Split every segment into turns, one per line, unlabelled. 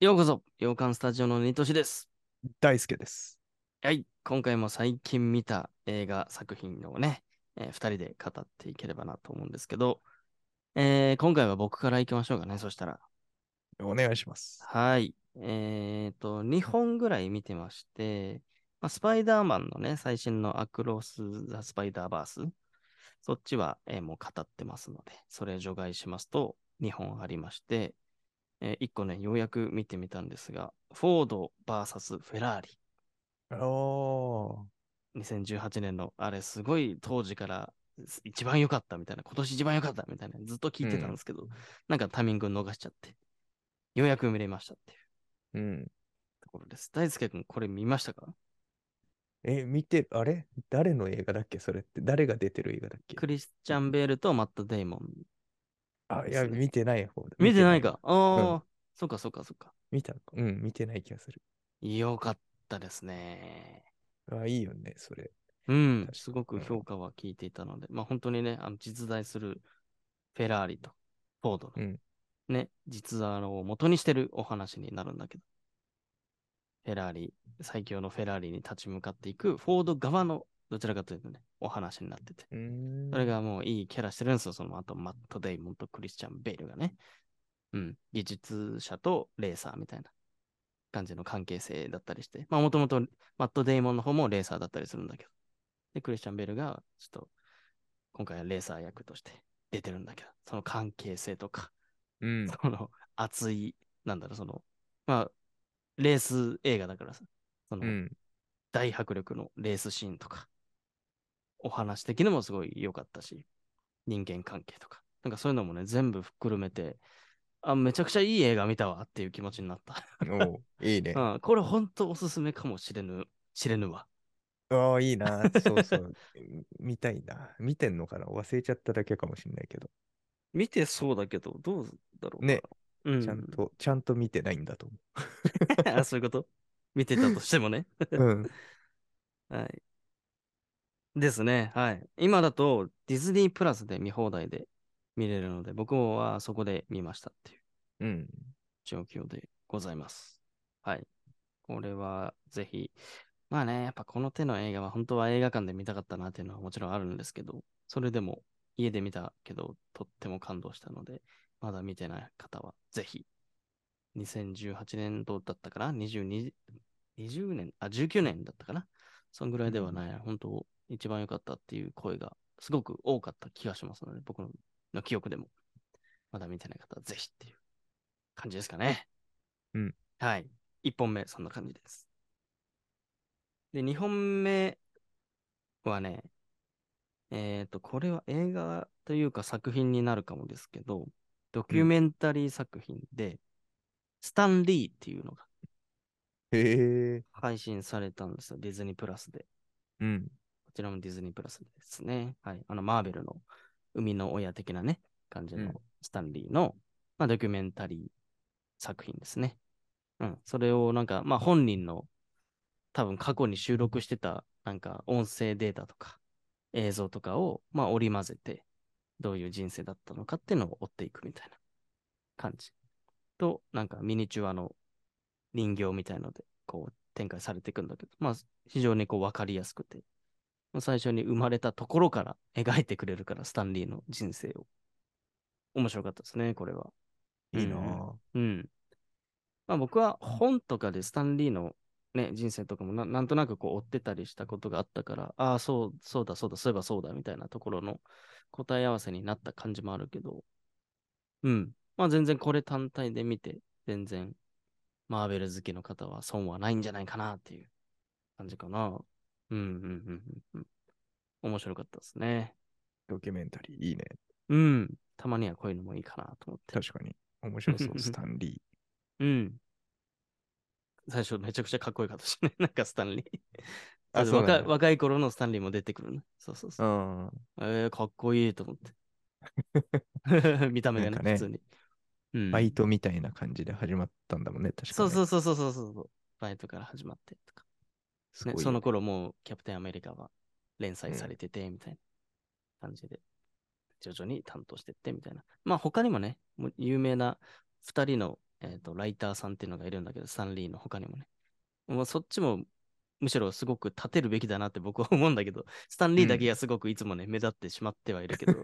ようこそ、洋館スタジオのニトシです。
大輔です。
はい、今回も最近見た映画作品をね、えー、2人で語っていければなと思うんですけど、えー今回は僕から行きましょうかね、そしたら。
お願いします。
はい。えっ、と、2本ぐらい見てまして、まあ、スパイダーマンのね、最新のアクロス・ザ・スパイダーバース、そっちは、えーもう語ってますので、それ除外しますと2本ありまして、え1個ね、ようやく見てみたんですが、フォード VS フェラーリ。
お
2018年のあれすごい当時からす一番良かったみたいな今年一番良かったみたいなずっと聞いてたんですけど、なんかタイミング逃しちゃってようやく見れましたっていう
うん。
ところです大輔君これ見ましたか
え、見て、あれ誰の映画だっけそれって。誰が出てる映画だっけ
クリスチャン・ベールとマット・デイモン
あ、い
です
や、
ね
見てない方だ。
見てないかああ、
う
そっかそっかそっか
見てない。見たのかうん、見てない気がする。
よかったですね
あ、いいよね、それ。
うん
確、か
すごく
うん
評価は聞いていたので、まあ本当にね、あの実在するフェラーリとフォード
う
の、
ん
ね、実在を元にしてるお話になるんだけど、フェラーリ、最強のフェラーリに立ち向かっていくフォード側のどちらかというとね、お話になってて、
うーん。
それがもういいキャラしてるんですよ、その後、マット・デイモンとクリスチャン・ベールがね、うん、技術者とレーサーみたいな感じの関係性だったりして、まあもともとマット・デイモンの方もレーサーだったりするんだけど、で、クリスチャン・ベールがちょっと今回はレーサー役として出てるんだけど、その関係性とか、
うん。
その熱い、なんだろう、その、まあ、レース映画だからさ、その、
うん。
大迫力のレースシーンとか、お話的にもすごい良かったし、人間関係とか、なんかそういうのもね、全部ふっくるめて、あ、めちゃくちゃいい映画見たわっていう気持ちになった。
お ういいね。あ
うん、これ本当おすすめかもしれぬ、知れぬわ。
あ、いいな。そうそう。 見たいな。見てんのかな忘れちゃっただけかもしれないけど。
見てそうだけど、どうだろう
ね、
う
ちゃんと、ちゃんと見てないんだと思
あそういうこと見てたとしてもね。
う。 うん。
はい。ですね。はい。今だとディズニープラスで見放題で見れるので、僕はそこで見ましたっていう
うん。
状況でございます。はい。これはぜひ、まあね、やっぱこの手の映画は本当は映画館で見たかったなっていうのはもちろんあるんですけど、それでも家で見たけど、とっても感動したので、まだ見てない方はぜひ、2018年度だったかな ?22、20年、あ、19年だったかなそんぐらいではない、本当一番良かったっていう声がすごく多かった気がしますので、僕のの記憶でも、まだ見てない方はぜひっていう感じですかね。
うん。
はい。1本目、そんな感じです。で、2本目はね、えっ、と、これは映画というか作品になるかもですけど、ドキュメンタリー作品で、スタンリーっていうのが
へえ。
配信されたんですよ。ディズニープラスで。
うん。
こちらもディズニープラスですね。はい。あの、マーベルの生みの親的なね、感じ
う
の
ん
スタンリーの、まあ、ドキュメンタリー作品ですね。うん。それをなんか、まあ、本人の多分過去に収録してたなんか音声データとか映像とかを、まあ、織り交ぜて、どういう人生だったのかっていうのを追っていくみたいな感じ。と、なんかミニチュアの人形みたいので、こう展開されていくんだけど、まあ、非常にこう分かりやすくて、まあ最初に生まれたところから描いてくれるから、スタンリーの人生を。面白かったですね、これは。
いいな
うんうん。まあ僕は本とかでスタンリーのね、人生とかもななんとなくこう追ってたりしたことがあったから、ああ、そう、そうだ、そうだ、そういえばそうだ、みたいなところの答え合わせになった感じもあるけど、うん。まあ全然これ単体で見て、全然マーベル好きの方は損はないんじゃないかなっていう感じかな。うん、うん、うん、うん。うん面白かったですね。
ドキュメンタリー、いいね。
うん。たまにはこういうのもいいかなと思って。
確かに。面 白そう、スタンリー。
うん。最初めちゃくちゃかっこよかったしね。 なんかスタンリー。
あ
そう
そうなん
若い
だ
若い頃のスタンリーも出てくるね。そうそうそう。
ん。
えー、かっこいいと思 って。見た目がね
なん、かね
普通に。うん。
バイトみたいな感じで始まったんだもんね、確か
そう
に。
そううそうそうそうそう。バイトから始まってとか。
そう
ね、その頃もうキャプテンアメリカは連載されててみたいな感じで、徐々に担当してってみたいな。まあ他にもね、もう有名な2人のえっ、と、ライターさんっていうのがいるんだけど、サンリーの他にもね。もうそっちも、むしろすごく立てるべきだなって僕は 思うんだけど、スタンリーだけがすごくいつもね、目立ってしまってはいるけど、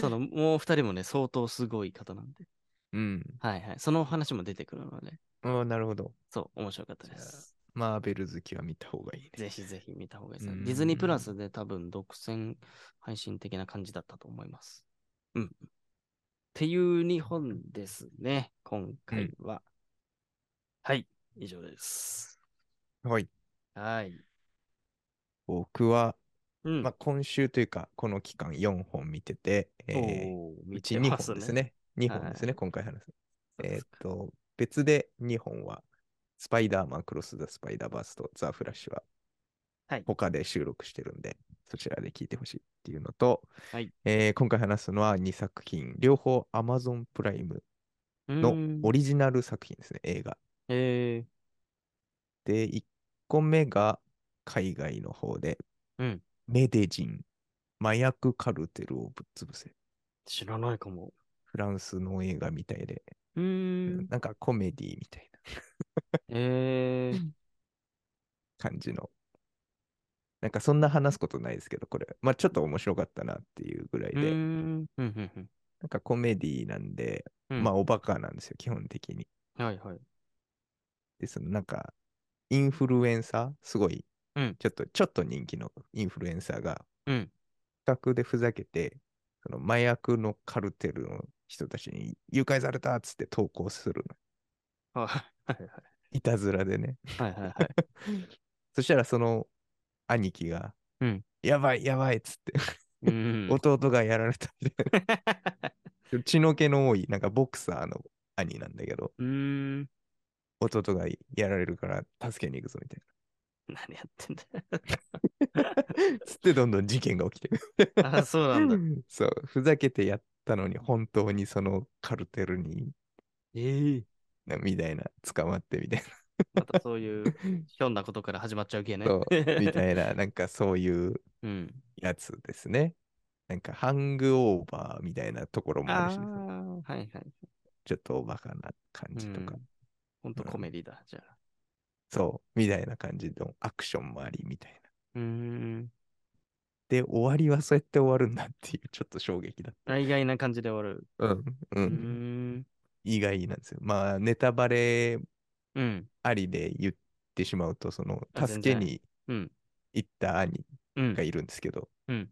その、もう二人もね、相当すごい方なんで、
うん。
はいはい。その話も出てくるので、
ああ、なるほど。
そう、面白かったです。
マーベル好きは見た方がいいね。
ぜひぜひ見た方がいいです
う
ね。
ん
ディズニープラスで多分独占配信的な感じだったと思います。うん。っていう日本ですね、今回は。はい、以上です。
はい。
はい。
僕は、
うん。
まあ、今週というか、この期間4本見てて、え
おー
ー、う
見
ち
て
2
ます
本です。ね。2本です
は
ね、
い
今回話す。
そう
え
で
ーっ
す
と、別で2本は、スパイダーマン、クロス・ザ・スパイダーバースとザ・フラッシュは
はい、
他で収録してるんで、そちらで聞いてほしいっていうのと、
はい
えー今回話すのは2作品、両方 Amazon プライム
う
の
ん
オリジナル作品ですね、映画。
え
で、1個目が海外の方で、
うん
メデジン、麻薬カルテルをぶっ潰せ。
ー、知らないかも。
フランスの映画みたいで、
うーん。
なんかコメディみたいな
えー、
感じの。なんかそんな話すことないですけど、これ。まあちょっと面白かったなっていうぐらいう
ー
で、
ん。うんうんうん
なんかコメディなんで、
うん
まあおバカなんですよ、基本的に。
はいはい。
で、そのなんか、インフルエンサー、すごい、
うん
ちょっと、ちょっと人気のインフルエンサーが、
うん。
企画でふざけて、その麻薬のカルテルの人たちに誘拐されたっつって投稿するの。
はいはい
いたずらでね。
はい。はいはい はい。
そしたらその兄貴が、
うん
やばいやばいっつって、
うーん。
弟がやられたみたい な。血の気の多い、なんかボクサーの兄なんだけど、
うーん。
弟がやられるから助けに行くぞみたい
何やってんだよ。
な。つってどんどん事件が起きてくる。
あ、そうなんだ。
そう、ふざけてやったのに本当にそのカルテルに、
ええ
なみたいな、捕まってみたい
またそういう、ひょんなことから始まっちゃう系ね。
そう みたいな、なんかそういう
うん。
やつですね。なんかハングオーバーみたいなところも
あ
ある
あ
しね、
ー、はいはい。
ちょっとおバカな感じとか、
うんほんと
うん
コメディだ、じゃあ。
そう、みたいな感じのアクションもありみたいな。
うーん。
で、終わりはそうやって終 わるんだっていう、ちょっと衝撃だっ
大概な感じで終わる。
た。うん、う、
うんーん。
意外なんですよ。まあ、ネタバレ
うん。
ありで言ってしまうと、その、
あ
助け
全然
に
うん。
行った兄
うん
が。いるんですけど、
うん。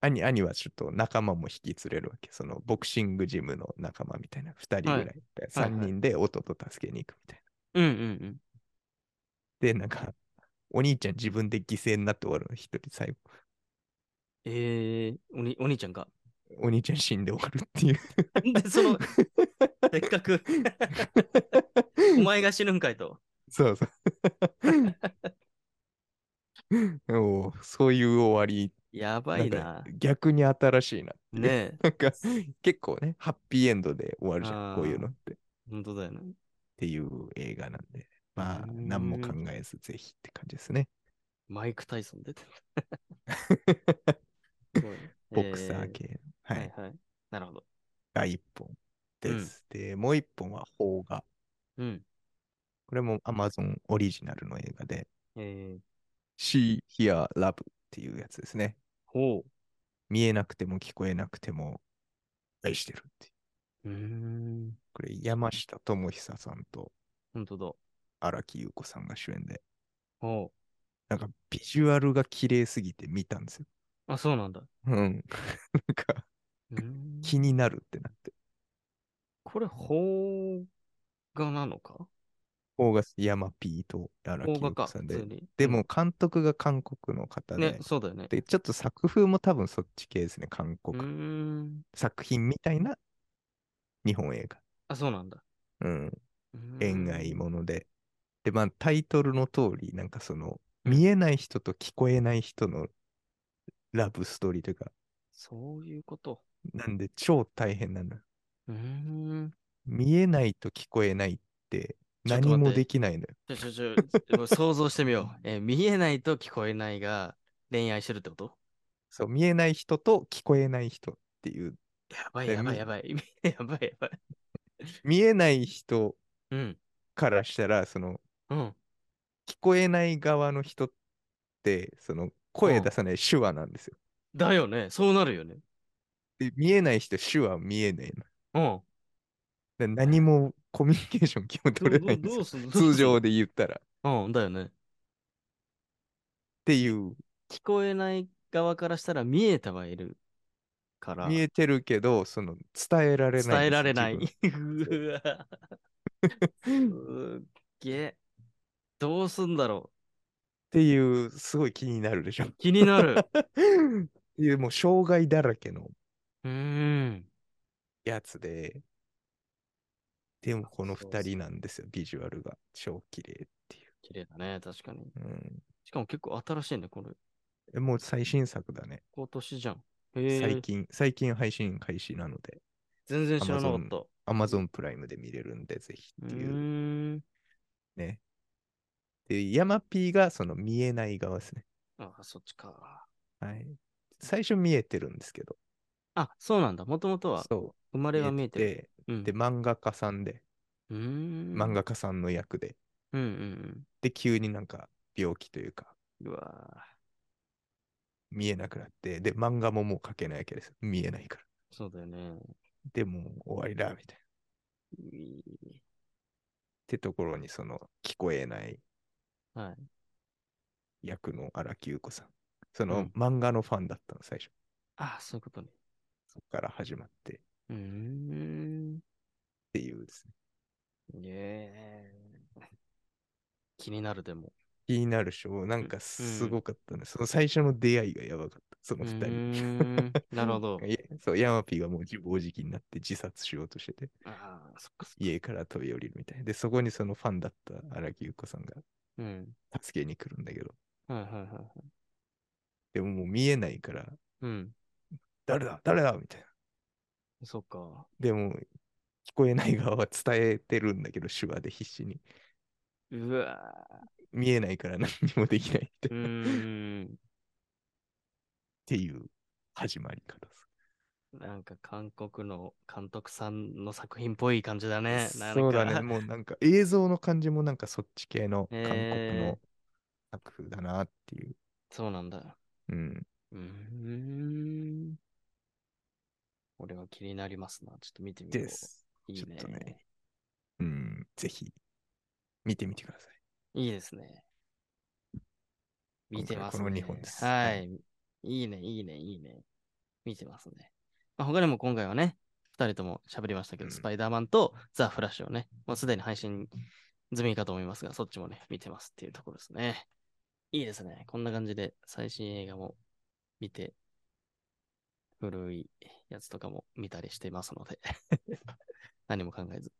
兄、兄はちょっと仲間も引き連れるわけ。そのボクシングジムの仲間みたいな、2人ぐらい、
は
3人で弟助けに行くみたい
うんうんうん。
な。で、なんか、お兄ちゃん自分で犠牲になって終わるの、一人最後。
ええおに、お兄ちゃんが。
お兄ちゃん死んで終わるっていう。
で、そ の、せっかく、お前が死ぬんかいと。
そうそう。 おうそういう終わり、
やばい
な
な。
んか逆に新しいな っていう。
ね
なんか、結構ね、ハッピーエンドで終わるじゃ
あー
ん、こういうのって。
え。
っ
ほんとだよね。
ていう映画なんで、まあ、
うーん
何も考えず、ぜひって感じで すね。
マイク・タイソン出てる。すごいね
ボクサー
え
系。
ーは
は
いい。はい。なるほど。
が1本です。で、もう1本は邦画。
うん。
これも Amazon オリジナルの映画で、
えー、
See, Hear, Love っていうやつですね。
ほ
見えなくても聞こえなくても愛してるっていう。
う。うーん。
これ、山下智久さんと
ほんとだ。
荒木優子さんが主演で、
ほ
なんかビジュアルが綺麗すぎて見たんですよ。
う。あ、そうなんだ。
うん。 なんか
うーん
気になるってなって。
これ、邦画なのか
邦画山 P と荒木
邦
優
画
子
か、
さ
普
ん
通
で。
に。
で
うん
も、監督が韓国の方で、
ね、そうだよね。
で、ちょっと作風も多分そっち系ですね、韓
うー
国。
ん。
作品みたいな日本映画。
あ、そうなんだ。
うん。
うーん
恋愛。もので。で、まあ、タイトルの通り、なんかその、見えない人と聞こえない人のラブストーリーというか、
そういうこと。
なんで超大変なの。
うーん。
見えないと聞こえないって、
ちょっと待って
何もできないのよ。
ちょちょちょ、でも想像してみ よう。えー見えないと聞こえないが、恋愛してるってこと
そう、見えない人と聞こえない人っていう、
やばい
で
やばい
み
やばい。やばいやばい。
見えない人
うん。
からしたら、その、
うん。
聞こえない側の人って、その、声出さない手話なんですよ。
だよね。そうなるよね。
で見えない人、手話見えないの。
うん。
で何もコミュニケーション基本取れないんです
ど
よ。
うする
通常。で言ったら。っ
うん、だよね。
ていう、
聞こえない側からしたら見えてはいるから。
見えてるけど、その、伝えられないんですよ。
伝えられない。
自
うわ。すっげえ。どうすんだろ
っていう、すごい気になるでしょ。っ
う。気にな る。
て いう、もう、障害だらけの
うーん。
やつで、でも、この
そうそう
二人なんですよ、ビジュアルが。超綺麗ってい
綺麗だね、確かに。
う。うん
しかも結構新しいね、これ。
えもう最新作だね。
今年じゃん。へえ。
最近、最近配信開始なので、
全然知らなかった。う
Amazon プライムで見れるんで、ぜひって
ー。
いうんね。で、ヤマピーがその見えない側ですね。
あ、そっちか。
はい。最初見えてるんですけど、
あ、そうなんだ。もともとは
そ
生ま
う。
れが見えてる。
て
うん
で、漫画家さんで、
うーん。
漫。画家さんの役で、
うんうん
で、急になんか病気というか、
うん。うわ
見えなくなって、で、漫画ももう描けないわけですよ。見えないから。
ーそうだよね。
でもう終わりだ、みたいな。
う
っ
い
てところに、その、聞こえない
はい。
役の荒木優子さん。そうの
ん、
漫画のファンだったの、最初。
あ、そういうことね。
そこから始まってっ
うーん。
ていうですね。
ねえ。 気になるでも。
気になるでしょなんかすごかったね。その最初の出会いがやばかった。そうの二
ー
人。
ん。 なるほど。
いそう、ヤマピーがもう自暴自棄になって自殺しようとしてて、
ああ、そっかそっか。
家から飛び降りるみたいな。で、そこにそのファンだった荒木優子さんが
うん。
助けに来るんだけど、
はいはいはいはい。
でももう見えないから、
うん。
誰だ誰だみたいな。
そっか。
でも、聞こえない側は伝えてるんだけど、手話で必死に。
うわー
見えないから何にもできないみ
う
たいな。っ
ーん。
ていう始まり方です。
なんか韓国の監督さんの作品っぽい感じだね。なんか
そうだね。。もうなんか映像の感じもなんかそっち系の韓国
へー
の作風だなっていう。
そうなんだ。
うん。
うーん。俺は気になりますな。ちょっと見てみよう。
です。
いいね
ちょっとねうん。ぜひ見てみてください。
いいですね。見てますね。
今回この二本です
は。
はい
いいね、いいね、いいね。見てますね。まあ、他にも今回はね、二人とも喋りましたけど、
うん
スパイダーマンとザ・フラッシュをね、もうすでに配信済みかと思いますが、そっちもね、見てますっていうところですね。いいですね。こんな感じで最新映画も見て、古いやつとかも見たりしてますので、 何も考えず。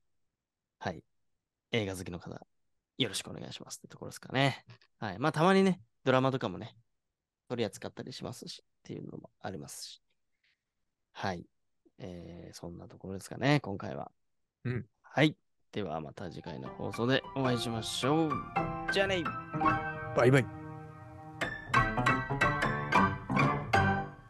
はい。映画好きの方、よろしくお願いしますってところですかね。はい。まあ、たまにね、ドラマとかもね、取り扱ったりしますし、っていうのもありますし。はい。えー、そんなところですかね、今回は。
うん。
はい。では、また次回の放送でお会いしましょう。じゃあね
バイバイ。